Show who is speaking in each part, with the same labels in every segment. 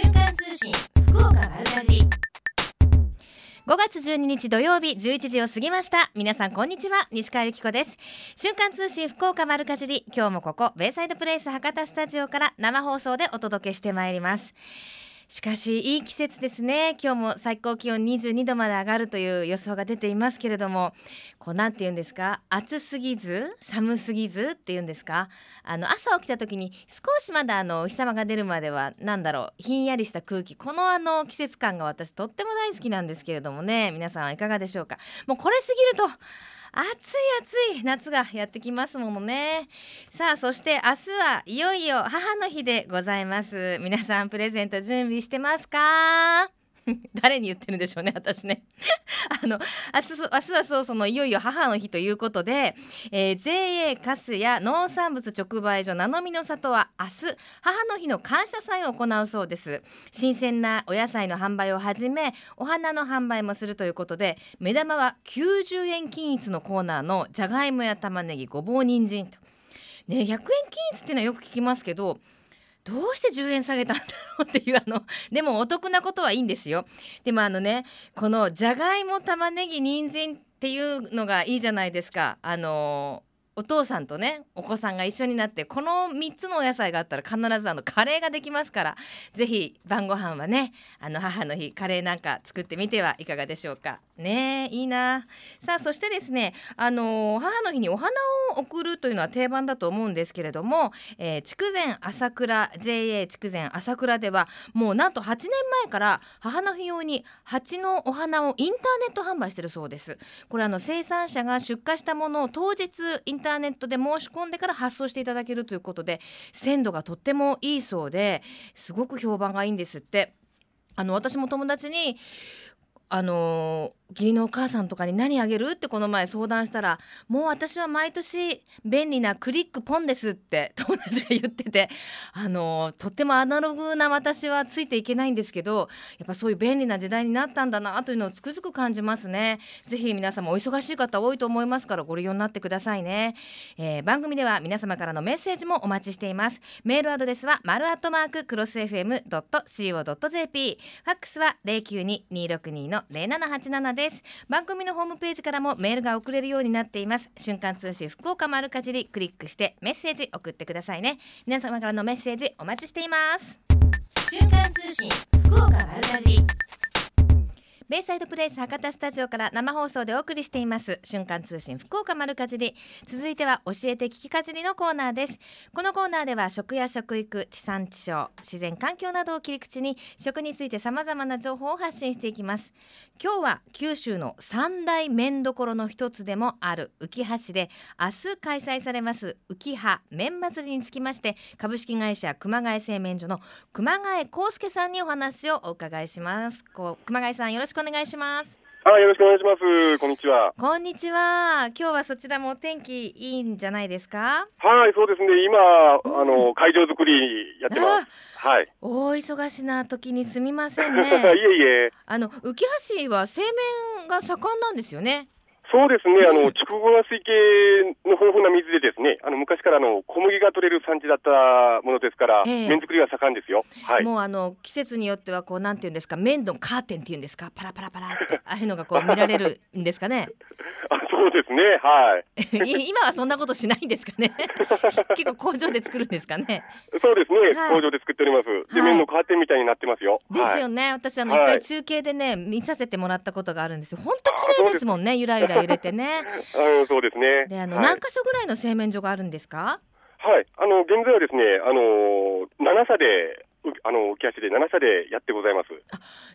Speaker 1: 信福岡丸かじり5月12日土曜日11時を過ぎました皆さんこんにちは西川由紀子です瞬間通信福岡丸かじり今日もここベイサイドプレイス博多スタジオから生放送でお届けしてまいりますしかしいい季節ですね今日も最高気温22度まで上がるという予想が出ていますけれどもこうなんて言うんですか暑すぎず寒すぎずっていうんですかあの朝起きた時に少しまだあのお日様が出るまではなんだろうひんやりした空気このあの季節感が私とっても大好きなんですけれどもね皆さんはいかがでしょうかもうこれ過ぎると暑い暑い夏がやってきますものねさあそして明日はいよいよ母の日でございます皆さんプレゼント準備してますか 誰に言ってるんでしょうね私ね あの明日そ明日はそうそのいよいよ母の日ということで、えー JA カスや農産物直売所なのみの里は明日母の日の感謝祭を行うそうです新鮮なお野菜の販売をはじめお花の販売もするということで目玉は90円均一のコーナーのじゃがいもや玉ねぎごぼう人参と。ね、100円均一っていうのはよく聞きますけどどうして10円下げたんだろうっていうあのでもお得なことはいいんですよでもあのねこのじゃがいも玉ねぎ人参っていうのがいいじゃないですかあのお父さんとねお子さんが一緒になってこの3つのお野菜があったら必ずあのカレーができますからぜひ晩ご飯はねあの母の日カレーなんか作ってみてはいかがでしょうかねえいいなさあそしてですねあの母の日にお花を贈るというのは定番だと思うんですけれども、えー筑前朝倉 JA 筑前朝倉ではもうなんと8年前から母の日用に蜂のお花をインターネット販売してるそうですこれあの生産者が出荷したものを当日インターネットで申し込んでから発送していただけるということで鮮度がとってもいいそうですごく評判がいいんですってあの私も友達にあのー義理のお母さんとかに何あげるってこの前相談したらもう私は毎年便利なクリックポンですって友達が言っててあのーとってもアナログな私はついていけないんですけどやっぱそういう便利な時代になったんだなというのをつくづく感じますねぜひ皆様お忙しい方多いと思いますからご利用になってくださいね、えー番組では皆様からのメッセージもお待ちしていますメールアドレスは丸アットマーククロス FM.co.jp ファックスは092262の0787です番組のホームページからもメールが送れるようになっています瞬間通信福岡丸かじりクリックしてメッセージ送ってくださいね皆様からのメッセージお待ちしています瞬間通信福岡丸かじりベイサイドプレイス博多スタジオから生放送でお送りしています瞬間通信福岡丸かじり続いては教えて聞きかじりのコーナーですこのコーナーでは食や食育地産地消自然環境などを切り口に食についてさまざまな情報を発信していきます今日は九州の三大麺どころの一つでもある浮羽市で明日開催されます浮羽麺祭りにつきまして株式会社熊谷製麺所の熊谷康介さんにお話をお伺いしますこう熊谷さんよろしくお願いします
Speaker 2: はい、よろしくお願いします。こんにちは。
Speaker 1: こんにちは今日はそちらもお天気いいんじゃないですか
Speaker 2: はい、そうですね。今、あの、会場作りやってます。はい。
Speaker 1: 大忙しな時にすみません
Speaker 2: い
Speaker 1: ね
Speaker 2: えいえ。
Speaker 1: あの浮羽市は製麺が盛んなんですよね
Speaker 2: そうですね。あの、筑後川水系の豊富な水でですね、あの、昔からあの、小麦が取れる産地だったものですから、
Speaker 1: ええ
Speaker 2: 麺作りが盛んですよ。はい。
Speaker 1: もうあの季節によってはこうなんていうんですか麺のカーテンっていうんですかパラパラパラってああいうのがこう見られるんですかね
Speaker 2: あそうですね。はい。
Speaker 1: い今はそんなことしないんですかね 結構工場で作るんですかね
Speaker 2: そうですね。
Speaker 1: はい
Speaker 2: 工場で作っております。で、
Speaker 1: はい
Speaker 2: 麺のカーテンみたいになってますよ。
Speaker 1: です
Speaker 2: はい。
Speaker 1: よね、私あの
Speaker 2: はい
Speaker 1: 一回中継でね見させてもらったことがあるんですよ本当綺麗ですもんねゆらゆら揺れ てね
Speaker 2: うん、そうですね。
Speaker 1: であの、
Speaker 2: はい
Speaker 1: 何、箇所ぐらいの製麺所があるんですか
Speaker 2: はい。あの、現在はですね、あの、7社で、うあの、浮き足で7社でやってございます。は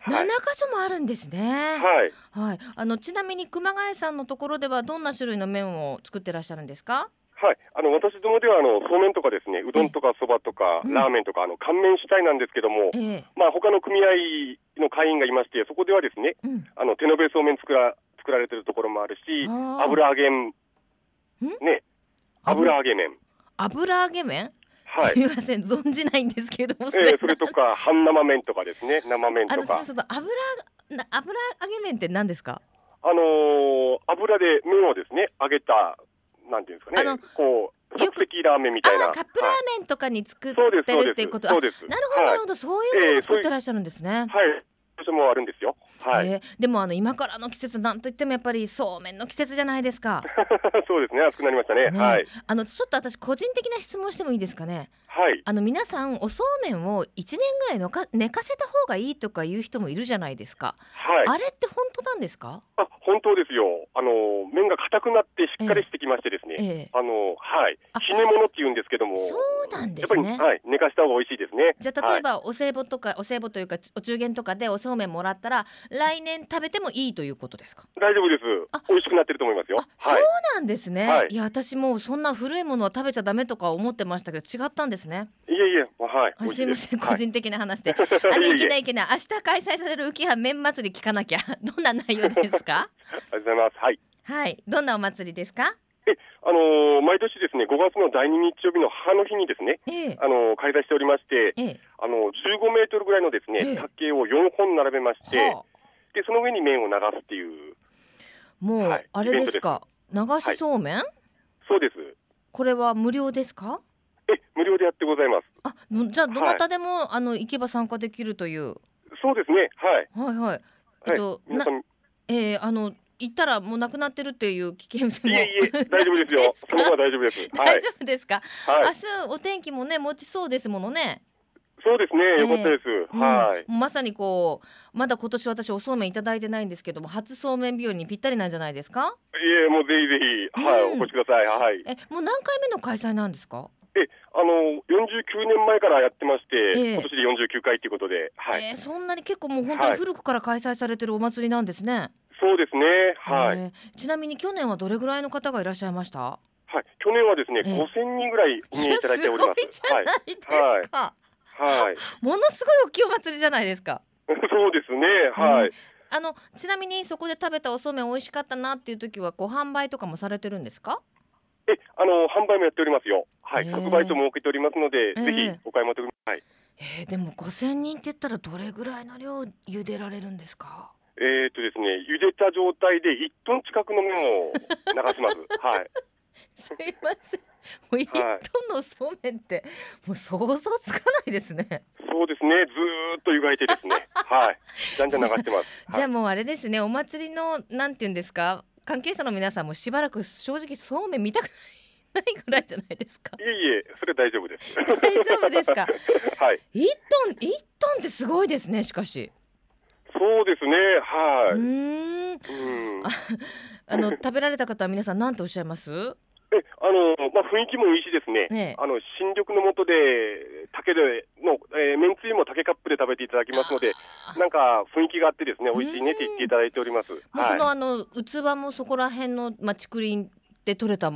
Speaker 1: 7
Speaker 2: い
Speaker 1: 箇。所もあるんですね
Speaker 2: はい。
Speaker 1: はい、あのちなみに熊谷さんのところではどんな種類の麺を作ってらっしゃるんですか
Speaker 2: はい、あの私どもではあのそうめんとかですねうどんとかそばとか
Speaker 1: うん
Speaker 2: ラーメンとかあの乾麺主体なんですけども、
Speaker 1: ええ
Speaker 2: まあ他の組合の会員がいましてそこではですね
Speaker 1: うん
Speaker 2: あの手延べそうめん作ら作られてるところもあるし
Speaker 1: あー
Speaker 2: 油揚げんね油揚げ麺
Speaker 1: 油揚げ麺、
Speaker 2: は
Speaker 1: す
Speaker 2: い、
Speaker 1: みません存じないんですけれどもそれ,、
Speaker 2: えー、それとか半生麺とかですね生麺
Speaker 1: あ
Speaker 2: と
Speaker 1: のそ
Speaker 2: か
Speaker 1: うそう油な油揚げ麺って何ですか
Speaker 2: あのー油で麺をですね揚げたなんていうんですか
Speaker 1: あの
Speaker 2: ねこう即席ラーメンみたいな。
Speaker 1: あーカップラー
Speaker 2: はい
Speaker 1: メンとかに作っ
Speaker 2: そうです、
Speaker 1: て
Speaker 2: そう
Speaker 1: るっ
Speaker 2: です。
Speaker 1: ていうこと
Speaker 2: そうです。
Speaker 1: なるほど、なる
Speaker 2: ほ
Speaker 1: ほど、そういうもの
Speaker 2: え
Speaker 1: も
Speaker 2: えそ
Speaker 1: 作
Speaker 2: ういう
Speaker 1: ってらっしゃるんですね。
Speaker 2: ど。はい。それもあるんですよ。はい。
Speaker 1: ええでもあの今からの季節なんといってもやっぱりそうめんの季節じゃないですか。
Speaker 2: そうですね。暑くなりましたね。
Speaker 1: ね
Speaker 2: はい。
Speaker 1: あのちょっと私個人的な質問してもいいですかね。
Speaker 2: はい。
Speaker 1: あの皆さんおそうめんを一年ぐらいのか寝かせた方がいいとか言う人もいるじゃないですか。
Speaker 2: はい。
Speaker 1: あれって本当なんですか？
Speaker 2: あ、本当ですよ。あの、麺が硬くなってしっかりしてきましてですね。
Speaker 1: ええ
Speaker 2: あの、はい
Speaker 1: あ。
Speaker 2: ひねものって言うんですけども。
Speaker 1: そうなんですね
Speaker 2: やっぱり、はい。寝かした方が美味しいですね。
Speaker 1: じゃあ例えばお歳暮とかお歳暮というかお中元とかでおそうめんもらったら来年食べてもいいということですか？
Speaker 2: 大丈夫です
Speaker 1: あ。
Speaker 2: 美味しくなってると思いますよ
Speaker 1: あ。そう
Speaker 2: はい。
Speaker 1: なんですね。
Speaker 2: はい
Speaker 1: い、や私もうそんな古いものは食べちゃダメとか思ってましたけど違ったんですね。
Speaker 2: いえいえ、はい。
Speaker 1: あすいません
Speaker 2: 美味
Speaker 1: 個
Speaker 2: しい
Speaker 1: 人的な話で。
Speaker 2: ですはい
Speaker 1: あのい
Speaker 2: いえ
Speaker 1: け
Speaker 2: いえ
Speaker 1: ないいけない明日開催される浮き葉麺祭り聞かなきゃ どんな内容ですか
Speaker 2: ありがとうございます。はい。
Speaker 1: はいどんなお祭りですか
Speaker 2: あのー毎年ですね、5月の第2日曜日の母の日にですね、
Speaker 1: ええ
Speaker 2: あのー開催しておりまして、
Speaker 1: ええ
Speaker 2: あのー15メートルぐらいのです
Speaker 1: ええ
Speaker 2: ね、竹を4本並べまして、
Speaker 1: はあ、
Speaker 2: でその上に麺を流すっていう、
Speaker 1: も
Speaker 2: は
Speaker 1: う
Speaker 2: い
Speaker 1: あれですか流しそうめん、
Speaker 2: そうです。
Speaker 1: これは無料ですか
Speaker 2: え、無料でやってございます。
Speaker 1: あのじゃあどなたでも、あの行けば参加できるという
Speaker 2: そうですね、はい。
Speaker 1: はいはいえっ
Speaker 2: はい
Speaker 1: と、
Speaker 2: 皆
Speaker 1: な
Speaker 2: さん、い
Speaker 1: ええあの行ったらもうなくなってるっていう危険性も
Speaker 2: えいえ、大丈夫で すよ。
Speaker 1: すか
Speaker 2: その方は大丈夫です。は
Speaker 1: 大
Speaker 2: い。
Speaker 1: 丈夫ですか、
Speaker 2: はい。
Speaker 1: 明日お天気もね持ちそうですものね
Speaker 2: そうですね、
Speaker 1: え
Speaker 2: よかったです。
Speaker 1: うん
Speaker 2: はい。
Speaker 1: まさにこうまだ今年私おそうめんいただいてないんですけども初そうめん日和にぴったりなんじゃないですか
Speaker 2: いえ、もうぜひぜひ、はい、
Speaker 1: うん
Speaker 2: お越しください。はい。
Speaker 1: えもう何回目の開催なんですか、
Speaker 2: え、あのー、49年前からやってまして、
Speaker 1: ええ
Speaker 2: 今年で49回ということで、はい。
Speaker 1: えーそんなに結構もう本当に古くから開催されてるお祭りなんですね、
Speaker 2: そうですね、はい。
Speaker 1: えーちなみに去年はどれぐらいの方がいらっしゃいました
Speaker 2: はい、去年はですね、
Speaker 1: ええ
Speaker 2: 5000人ぐらいお見えいただいております。
Speaker 1: いやすごいじゃないですか、
Speaker 2: はい、はい、
Speaker 1: ものすごい大きいお祭りじゃないですか
Speaker 2: そうですね、はい、
Speaker 1: あのちなみにそこで食べたおそうめん美味しかったなっていう時はご販売とかもされてるんですか
Speaker 2: え、あの販売もやっておりますよ。はい、
Speaker 1: ええ
Speaker 2: 特売と設けておりますので、
Speaker 1: ええ
Speaker 2: ぜひお買い求め。はい、
Speaker 1: えー、でも5000人って言ったらどれぐらいの量茹でられるんですか
Speaker 2: えー、っとですね、茹でた状態で1トン近くの麺を 流します。はい、
Speaker 1: すいません。もう一トンのそうめんって、もう想像つかないですね。
Speaker 2: そうですね、ずーっと湯がいてですね、はい、じゃんじゃん流してます。
Speaker 1: じゃ
Speaker 2: は
Speaker 1: あ
Speaker 2: い、
Speaker 1: もうあれですね、お祭りのなんて言うんですか、関係者の皆さんもしばらく正直そうめん見たくないぐらいじゃないです か。
Speaker 2: いえいえ、それ大丈夫です。
Speaker 1: 大丈夫ですか。
Speaker 2: はい、
Speaker 1: 一トン一トンってすごいですね。しかし、
Speaker 2: そうですね、は
Speaker 1: う
Speaker 2: い、
Speaker 1: ーん、
Speaker 2: うん。
Speaker 1: あの食べられた方は皆さんなんておっしゃいます？
Speaker 2: えあのまあ、雰囲気もいいしですね、
Speaker 1: ねえ
Speaker 2: あの新緑の下で竹での、えー、めんつゆも竹カップで食べていただきますので、
Speaker 1: あー
Speaker 2: なんか雰囲気があってですね、美味しいねって言っていただいております。
Speaker 1: もうその、あ
Speaker 2: はい、
Speaker 1: の器もそこら辺のまあ竹林で取れた
Speaker 2: え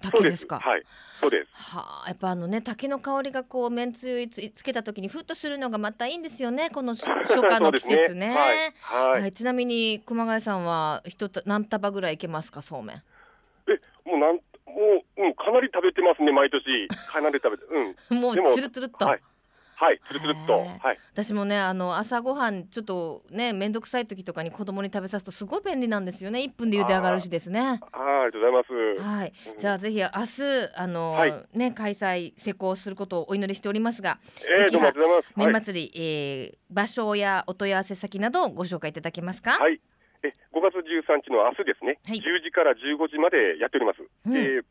Speaker 2: そう
Speaker 1: 竹
Speaker 2: で
Speaker 1: ですすか。
Speaker 2: はい、そうです。
Speaker 1: はあ、やっぱあのね竹の香りがこうめんつゆつつけた時にふっとするのがまたいいんですよねこ のし初夏の季
Speaker 2: そうで
Speaker 1: 節
Speaker 2: す
Speaker 1: ね
Speaker 2: はい、はい
Speaker 1: はいちなみに熊谷さんは一た何束ぐらいいけますかそうめん
Speaker 2: もうなんもう、うん、かなり食べてますね、毎年、かなり食べて、うん、
Speaker 1: もう
Speaker 2: でも
Speaker 1: つるつるっと、
Speaker 2: はいはい、つるつるっと、
Speaker 1: へー
Speaker 2: はい、
Speaker 1: 私もねあの朝ごはんちょっとね面倒くさい時とかに子供に食べさすとすごい便利なんですよね1分で茹で上がるしですね
Speaker 2: あーありがとうございます。
Speaker 1: はい
Speaker 2: うん
Speaker 1: じゃあぜひ明日あの、
Speaker 2: はい
Speaker 1: ね開催成功することをお祈りしておりますが
Speaker 2: えー、どうもありがとうございます。
Speaker 1: 麺祭り、えー場所やお問い合わせ先などをご紹介いただけますか、
Speaker 2: はい。え、5月13日の明日ですね、
Speaker 1: はい
Speaker 2: 10時から15時までやっております。
Speaker 1: うん
Speaker 2: えー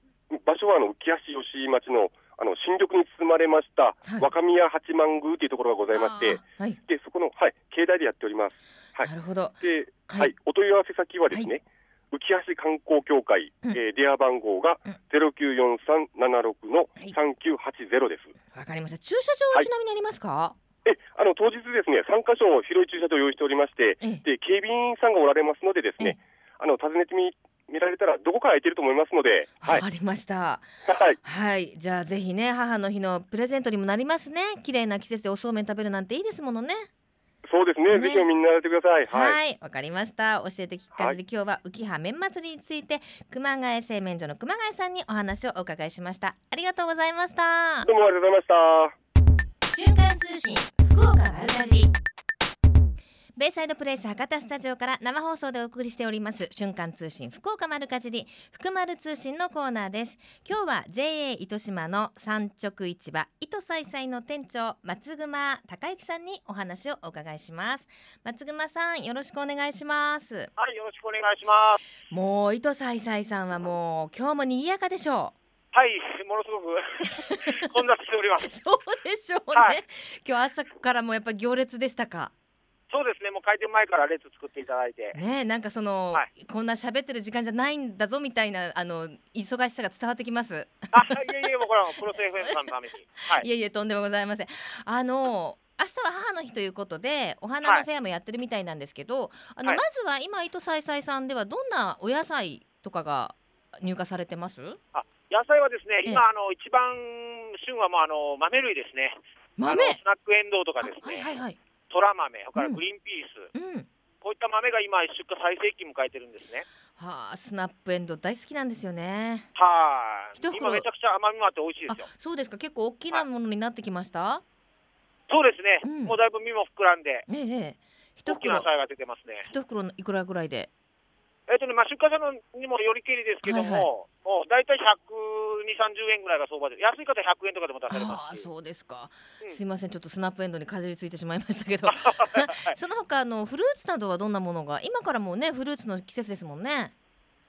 Speaker 2: 場所はあの浮橋吉井町のあの新緑に包まれました、
Speaker 1: はい
Speaker 2: 若宮八幡宮というところがございまして、
Speaker 1: あーはい
Speaker 2: でそこの、はい、境内でやっております。はい
Speaker 1: なるほど。
Speaker 2: で、
Speaker 1: はい
Speaker 2: はいお問い合わせ先はですね、浮橋観光協会、
Speaker 1: うん
Speaker 2: えー電話番号が
Speaker 1: うん
Speaker 2: 094376の3980です。
Speaker 1: わかりました。駐車場
Speaker 2: は
Speaker 1: はいちなみにありますか。
Speaker 2: えあの当日ですね、3箇所広い駐車場を用意しておりまして、
Speaker 1: ええ
Speaker 2: で警備員さんがおられますので、ですねあの尋ねてみ見られたら、どこか空いてると思いますので、
Speaker 1: わ、
Speaker 2: はい、
Speaker 1: かりました。
Speaker 2: はい、
Speaker 1: はい、じゃあぜひね、母の日のプレゼントにもなりますね。綺麗な季節でおそうめん食べるなんていいですものね。
Speaker 2: そうですね、
Speaker 1: ね
Speaker 2: ぜひみんなやってください。はい、
Speaker 1: はい、わかりました。教えてきっかじり、今日は浮葉麺祭りについて、熊谷製麺所の熊谷さんにお話をお伺いしました。ありがとうございました。
Speaker 2: どうもありがとうございました。
Speaker 1: 瞬間通信福岡丸かじりベイサイドプレイス博多スタジオから生放送でお送りしております瞬間通信福岡丸かじり福丸通信のコーナーです今日は JA 糸島の産直市場糸さいさいの店長松熊孝之さんにお話をお伺いします松熊さんよろしくお願いします
Speaker 3: はい、よろしくお願いします。
Speaker 1: もう糸さいさいさんはもう今日も賑やかでしょ
Speaker 3: はい、ものすごく 混雑しております。
Speaker 1: うそうでしょうね、
Speaker 3: はい
Speaker 1: 今日朝からもやっぱ行列でしたか
Speaker 3: そうですね、もう開店前から列作っていただいて。
Speaker 1: ねえなんかその、
Speaker 3: は
Speaker 1: こんな喋ってる時間じゃないんだぞみたいなあの忙しさが伝わってきます、、
Speaker 3: あ、いえいえ、もうこれはもうプロセフ FM さんのために。はいい。
Speaker 1: えいえとんでもございませんあの明日は母の日ということでお花
Speaker 3: は
Speaker 1: の
Speaker 3: い
Speaker 1: フェアもやってるみたいなんですけど、あの
Speaker 3: はい
Speaker 1: まずは今糸さいさいさんではどんなお野菜とかが入荷されてます
Speaker 3: 野菜はですね、
Speaker 1: ええ
Speaker 3: 今、あの、一番旬はもう、あの、豆類ですね。
Speaker 1: 豆
Speaker 3: あのスナックエンドウとかです
Speaker 1: あはいはい
Speaker 3: ね、
Speaker 1: はい
Speaker 3: そら豆、そ
Speaker 1: う
Speaker 3: れから
Speaker 1: ん
Speaker 3: グリーンピ
Speaker 1: う
Speaker 3: ース、
Speaker 1: ん
Speaker 3: こういった豆が今、出荷最盛期迎えてるんですね。
Speaker 1: はあスナップエンドウ大好きなんですよね
Speaker 3: はい。
Speaker 1: 一袋
Speaker 3: 今、めちゃくちゃ甘みもあって美味しい
Speaker 1: あ
Speaker 3: ですよ。
Speaker 1: そうですか結構大きなものになってきました、
Speaker 3: そうですね、
Speaker 1: うん
Speaker 3: もうだいぶ身も膨らんで、
Speaker 1: ええええ一
Speaker 3: 大きな
Speaker 1: 袋
Speaker 3: 野菜が出てますね。
Speaker 1: 一袋のいくらぐらいで
Speaker 3: えっとね、まあ、出荷者のにもよりけりですけど
Speaker 1: はいはい
Speaker 3: も、もう大体120、30円ぐらいが相場で、安い方は100円とかでも出さ
Speaker 1: あ
Speaker 3: れま
Speaker 1: あ
Speaker 3: すし。
Speaker 1: そうですか、
Speaker 3: うん
Speaker 1: すいませんちょっとスナップエンドウにかじりついてしまいましたけ ど その他あのフルーツなどはどんなものが今からもうねフルーツの季節ですもんね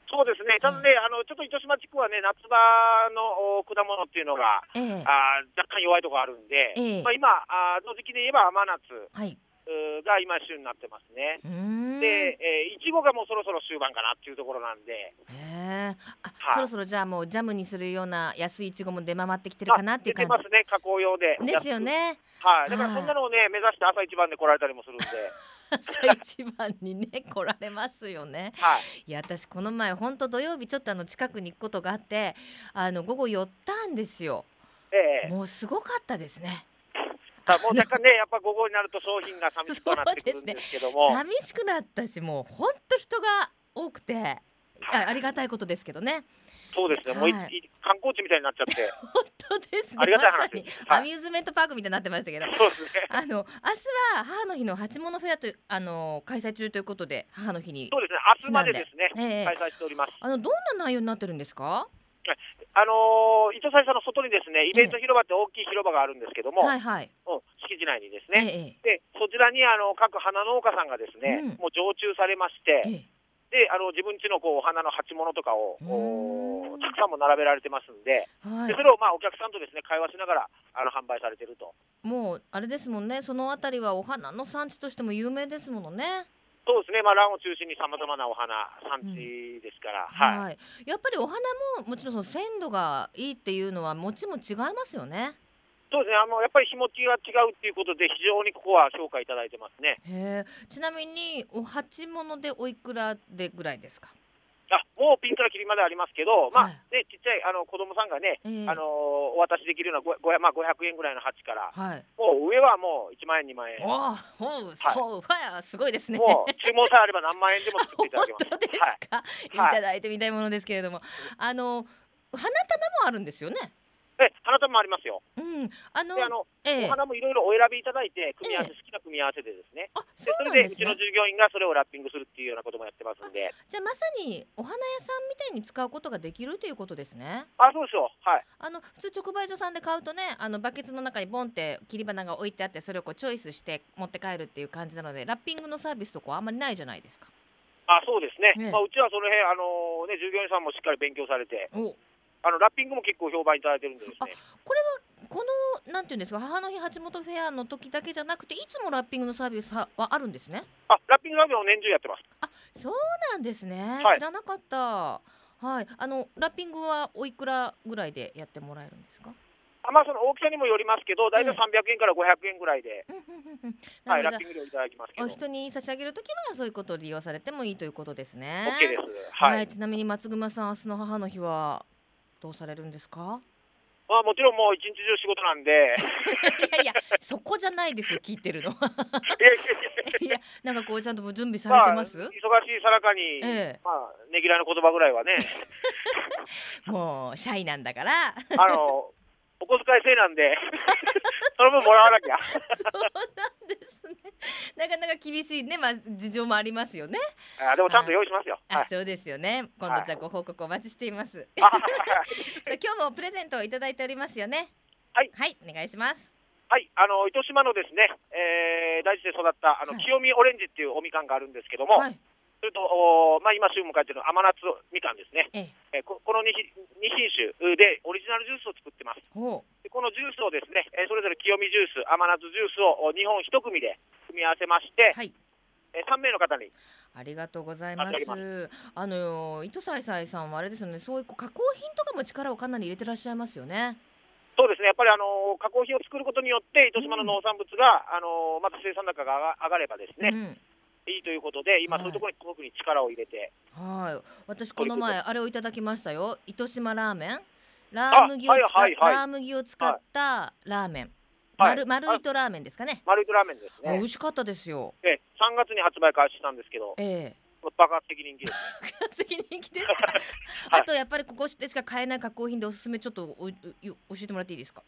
Speaker 3: そうですね、ただね、あのちょっと糸島地区はね、夏場のお果物っていうのが、
Speaker 1: ええ
Speaker 3: あー若干弱いところあるんで、
Speaker 1: ええ
Speaker 3: まあ、今、あーの時期で言えば甘夏
Speaker 1: はいう
Speaker 3: ーが今、旬になってますね。
Speaker 1: うーん
Speaker 3: で、えーいちごがもうそろそろ終盤かなっていうところなんで、
Speaker 1: へえあ、
Speaker 3: はい
Speaker 1: そろそろじゃあもうジャムにするような安いいちごも出回ってきてるかなっていう
Speaker 3: 出て
Speaker 1: 感
Speaker 3: ますね、加工用で。
Speaker 1: じですよ ね
Speaker 3: はい、だからそんなのをね、目指して朝一番で来られたり もするんで、
Speaker 1: 朝一番にね来られますよね
Speaker 3: はい、
Speaker 1: いや私この前本当土曜日ちょっとあの近くに行くことがあってあの午後寄ったんですよ
Speaker 3: ええ
Speaker 1: もうすごかったですね
Speaker 3: ただもう若干ね、やっぱ午後になると商品が寂しくなってくるんですけども、
Speaker 1: 寂しくなったしもうほんと人が多くてあありがたいことですけどね
Speaker 3: そうですね、もうい、
Speaker 1: はい
Speaker 3: い観光地みたいになっちゃって、
Speaker 1: 本当ですね
Speaker 3: ありがたい話
Speaker 1: まさに
Speaker 3: はい
Speaker 1: アミューズメントパークみたいになってましたけ ど
Speaker 3: そうですね、
Speaker 1: あの明日は母の日の八物フェアというあの開催中ということで母の日に
Speaker 3: そうですね、明日までですね、
Speaker 1: ええ
Speaker 3: 開催しております。
Speaker 1: あのどんな内容になってるんですか
Speaker 3: あのー、伊藤さんの外にですね、イベント広場って大きい広場があるんですけども、
Speaker 1: はいはい、
Speaker 3: うん敷地内にです
Speaker 1: え
Speaker 3: ね、でそちらにあの各花農家さんがですね、
Speaker 1: うん
Speaker 3: もう常駐されまし
Speaker 1: ええ
Speaker 3: て、
Speaker 1: え
Speaker 3: であの自分家のこうお花の鉢物とかを
Speaker 1: うーん
Speaker 3: おたくさんも並べられてますんで、
Speaker 1: えは
Speaker 3: で
Speaker 1: い
Speaker 3: それをまあお客さんとですね会話しながらあの販売されてると。
Speaker 1: もうあれですもんねそのあたりはお花の産地としても有名ですものね
Speaker 3: そうですね、まあ、ランを中心にさまざまなお花、産地ですから、はい、
Speaker 1: はい、やっぱりお花ももちろんその鮮度がいいっていうのは餅も違いますよね
Speaker 3: そうですねあの、やっぱり日持ちが違うっていうことで、非常にここは評価いただいてますね。
Speaker 1: へえちなみにお鉢物でおいくらでぐらいですか。
Speaker 3: あもうピンからキリまでありますけど、まあ
Speaker 1: はい
Speaker 3: ね、ちっちゃいあの子供さんがね、
Speaker 1: ええ
Speaker 3: あのーお渡しできるようなごご、まあ、500円ぐらいの鉢から、
Speaker 1: はい。
Speaker 3: もう上はもう1万円、2万円、
Speaker 1: おお、ほう、そう、はや、すごいですね。
Speaker 3: もう注文さえあれば何万円でも作って
Speaker 1: 本
Speaker 3: いただけます。
Speaker 1: 当です
Speaker 3: はい
Speaker 1: か、
Speaker 3: はい
Speaker 1: い。ただいてみたいものですけれども、あの花束もあるんですよね。
Speaker 3: で花束もありますよ。
Speaker 1: うん、あの
Speaker 3: で、あの、
Speaker 1: ええ
Speaker 3: お花もいろいろお選びいただいて、組み合わせ、
Speaker 1: え
Speaker 3: 好きな組み合わせでですね。
Speaker 1: あ、そ
Speaker 3: でそうれ
Speaker 1: なんで
Speaker 3: で、う
Speaker 1: す
Speaker 3: ちの
Speaker 1: ね。
Speaker 3: 従業員がそれをラッピングするっていうようなこともやってますんで。
Speaker 1: じゃあまさにお花屋さんみたいに使うことができるということですね。
Speaker 3: あ、そうですよ。はい。
Speaker 1: あの普通直売所さんで買うとね、あのバケツの中にボンって切り花が置いてあって、それをこうチョイスして持って帰るっていう感じなので、ラッピングのサービスとかあんまりないじゃないですか。
Speaker 3: あ、そうですね。
Speaker 1: ね
Speaker 3: まあ、うちはその辺、あのね、従業員さんもしっかり勉強されて、
Speaker 1: お、
Speaker 3: あのラッピングも結構評判いただいてるんでですね。
Speaker 1: このなんていうんですか母の日八本フェアの時だけじゃなくていつもラッピングのサービスははあるんですね
Speaker 3: あ、ラッピングラーメンを年中やってます。
Speaker 1: そうなんですね、
Speaker 3: はい
Speaker 1: 知らなかったはいあのラッピングはおいくらぐらいでやってもらえるんですか
Speaker 3: あ、まあ、その大きさにもよりますけど、大
Speaker 1: ええ
Speaker 3: 体300円から500円ぐらいで、
Speaker 1: うんうんうんうんな
Speaker 3: はい、
Speaker 1: るほ
Speaker 3: ラッ
Speaker 1: ど
Speaker 3: ピング料いただきますけ
Speaker 1: お
Speaker 3: ど。
Speaker 1: 人に差し上げるときはそういうことを利用されてもいいということですね
Speaker 3: OK です。
Speaker 1: はい、
Speaker 3: はい。
Speaker 1: ちなみに松隈さん明日の母の日はどうされるんですか
Speaker 3: まあ、もちろんもう一日中仕事な んで、
Speaker 1: いやいやそこじゃないですよ聞いて るの
Speaker 3: いやいやいや
Speaker 1: いやなんかこうちゃんともう準備さ
Speaker 3: ま
Speaker 1: れ
Speaker 3: あ
Speaker 1: て
Speaker 3: 忙
Speaker 1: ま
Speaker 3: し
Speaker 1: す、
Speaker 3: いさなかに、
Speaker 1: ええ
Speaker 3: まあ、ねぎらいの言葉ぐらいはね、
Speaker 1: もうシャイなんだから
Speaker 3: あの、お小遣い制なんで、その分もらわなきゃ。
Speaker 1: そうなんですね。なんかなか厳しいね、まあ、事情もありますよね。
Speaker 3: あでもちゃんと用意しますよ。は
Speaker 1: あ
Speaker 3: い、
Speaker 1: そうですよね。今
Speaker 3: は
Speaker 1: 度
Speaker 3: い
Speaker 1: じゃあご報告お待ちしています。さ
Speaker 3: あ
Speaker 1: あ今日もプレゼントをいただいておりますよね。
Speaker 3: はい
Speaker 1: はい、お願いします。
Speaker 3: はい、あの糸島のですね、えー、大地で育ったあの、
Speaker 1: はい
Speaker 3: 清見オレンジっていうおみかんがあるんですけども、
Speaker 1: はい、
Speaker 3: それとおーまあ今旬迎えてる甘夏みかんですね。
Speaker 1: ええ、
Speaker 3: えーここの二品二品種でオリジナルジュースを作ってます。
Speaker 1: ほう、
Speaker 3: でこのジュースをですね、えーそれぞれ清見ジュース、甘夏ジュースをお2本1組で組み合わせまして、
Speaker 1: はい。
Speaker 3: えー3名の方に、
Speaker 1: ありがとうございま
Speaker 3: ありが
Speaker 1: す。あの糸さいさいさんはあれですよね。そういうこう加工品とかも力をかなり入れてらっしゃいますよね。
Speaker 3: そうですね、やっぱり、あのー加工品を作ることによって、糸島の農産物が、あのーまた生産高が上が上がればです
Speaker 1: う
Speaker 3: ね、
Speaker 1: ん。
Speaker 3: いいということで、今、
Speaker 1: はい
Speaker 3: そういうところに特に力を入れて、
Speaker 1: はい、私こ
Speaker 3: 取
Speaker 1: の
Speaker 3: り組んで
Speaker 1: 前あれをいただきましたよ。糸島ラーメン。ラー麦を使っ
Speaker 3: あはいはいはい
Speaker 1: ラー麦を使ったラーメン。
Speaker 3: はい
Speaker 1: 丸丸糸ラーメンですかね。
Speaker 3: マルイトラーメンです
Speaker 1: あ美
Speaker 3: ね。
Speaker 1: 味しかったですよ。
Speaker 3: で3月に発売開始したんですけど、
Speaker 1: ええ。
Speaker 3: 爆発的人気で す。
Speaker 1: 責任気ですか。
Speaker 3: はい
Speaker 1: あとやっぱりここでしか買えない加工品でおすすめちょっとおお教えてもらっていいですか。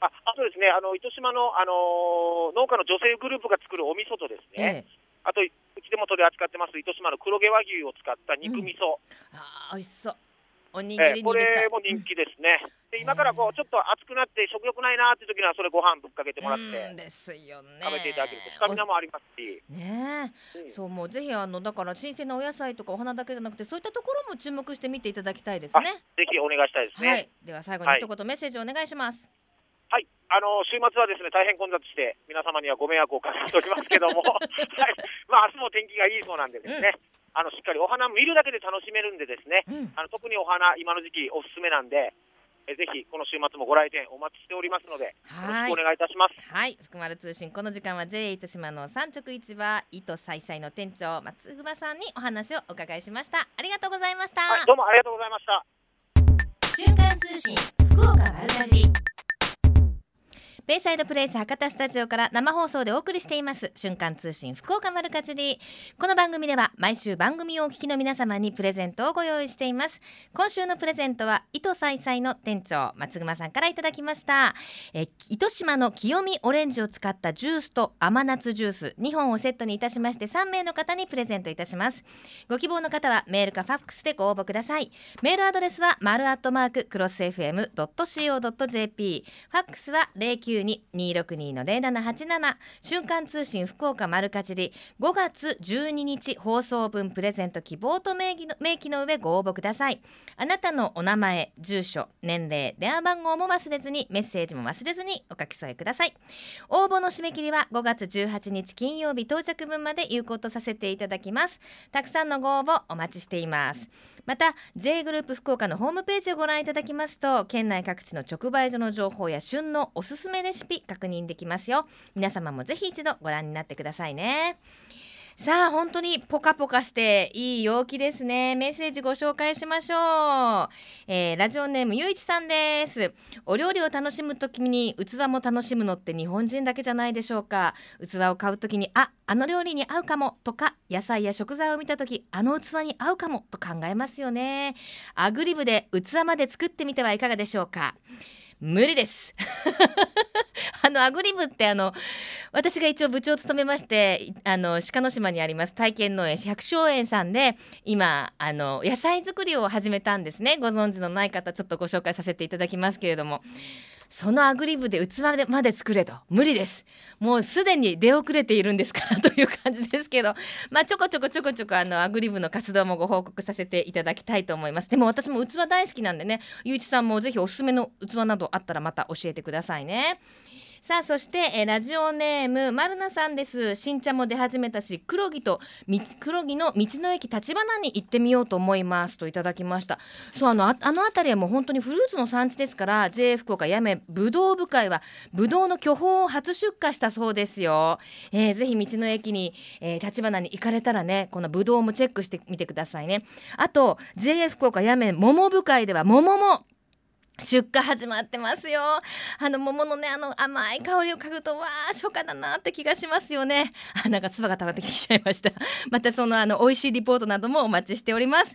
Speaker 3: ああとですね、あの糸島の、あのー農家の女性グループが作るお味噌とですね、
Speaker 1: ええ。
Speaker 3: あとうちでも取り扱ってます糸島の黒毛和牛を使った肉味噌、
Speaker 1: ああ美味しそう。おにぎ
Speaker 3: え
Speaker 1: り
Speaker 3: え
Speaker 1: に
Speaker 3: こ
Speaker 1: 入れたい。
Speaker 3: れも人気ですね。で今からこうちょっと暑くなって食欲ないなーっていう時にはそれご飯ぶっかけてもらっ
Speaker 1: うん
Speaker 3: て
Speaker 1: ですよね。
Speaker 3: 食べていただけるとスタミナもありますし、
Speaker 1: おね
Speaker 3: うん
Speaker 1: え、そうもうぜひあのだから新鮮なお野菜とかお花だけじゃなくてそういったところも注目して見ていただきたいですね。
Speaker 3: ぜひお願いしたいです
Speaker 1: は
Speaker 3: ね。
Speaker 1: い。では最後に一言メッセージお願いします。
Speaker 3: はい、あの週末はですね大変混雑して皆様にはご迷惑をかけておりますけ ども、はい、まあ明日も天気がいいそうなんでですね、あのしっかりお花見るだけで楽しめるんでですね、
Speaker 1: うん。
Speaker 3: あの特にお花今の時期おすすめなんで、えぜひこの週末もご来店お待ちしておりますので、
Speaker 1: は
Speaker 3: よろし
Speaker 1: い
Speaker 3: くお。願いいたします。
Speaker 1: はい、福丸通信この時間は JA 糸島の産直市場糸さいさいの店長松馬さんにお話をお伺いしましたありがとうございました、
Speaker 3: はい、どうもありがとうございました。
Speaker 1: 瞬間通信福岡丸かじベイサイドプレイス博多スタジオから生放送でお送りしています瞬間通信福岡丸かじりこの番組では毎週番組をお聞きの皆様にプレゼントをご用意しています今週のプレゼントは糸さいさいの店長松隈さんからいただきましたえー糸島の清見オレンジを使ったジュースと甘夏ジュース2本をセットにいたしまして3名の方にプレゼントいたしますご希望の方はメールかファックスでご応募くださいメールアドレスは丸アットマーククロス FM.co.jp ファックスは092262の0787瞬間通信福岡丸かじり5月12日放送分プレゼント希望と名義の明記の上ご応募くださいあなたのお名前、住所、年齢、電話番号も忘れずに、メッセージも忘れずにお書き添えください。応募の締め切りは5月18日金曜日到着分まで有効とさせていただきます。たくさんのご応募お待ちしています。また、J グループ福岡のホームページをご覧いただきますと、県内各地の直売所の情報や旬のおすすめレシピ確認できますよ。皆様もぜひ一度ご覧になってくださいね。さあ本当にポカポカしていい陽気ですねメッセージご紹介しましょう、えーラジオネームゆういちさんですお料理を楽しむときに器も楽しむのって日本人だけじゃないでしょうか器を買うときにああの料理に合うかもとか野菜や食材を見たときあの器に合うかもと考えますよねアグリブで器まで作ってみてはいかがでしょうか無理です あのアグリブってあの私が一応部長を務めましていあの鹿の島にあります体験農園百姓園さんで今あの野菜作りを始めたんですねご存知のない方ちょっとご紹介させていただきますけれどもそのアグリブで器でまで作れと無理ですもうすでに出遅れているんですからという感じですけどまあちょこちょこちょこちょこあのアグリブの活動もご報告させていただきたいと思いますでも私も器大好きなんでねゆういちさんもぜひおすすめの器などあったらまた教えてくださいねさあそして、えーラジオネームまるなさんです新茶も出始めたし黒木とみ黒木の道の駅立花に行ってみようと思いますといただきましたそうあのああの辺りはもう本当にフルーツの産地ですから JA 福岡八女ぶどう部会はぶどうの巨峰を初出荷したそうですよ、えーぜひ道の駅にえー、立花に行かれたらねこのぶどうもチェックしてみてくださいねあと JA 福岡やめ桃部会では桃も出荷始まってますよあの桃のねあの甘い香りを嗅ぐとわあ初夏だなって気がしますよねあなんか唾が溜まってきちゃいましたまたそのあの美味しいリポートなどもお待ちしております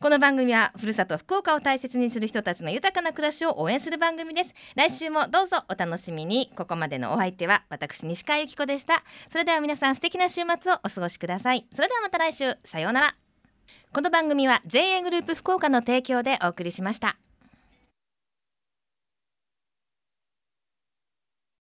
Speaker 1: この番組はふるさと福岡を大切にする人たちの豊かな暮らしを応援する番組です来週もどうぞお楽しみにここまでのお相手は私西川由紀子でしたそれでは皆さん素敵な週末をお過ごしくださいそれではまた来週さようならこの番組は JA グループ福岡の提供でお送りしました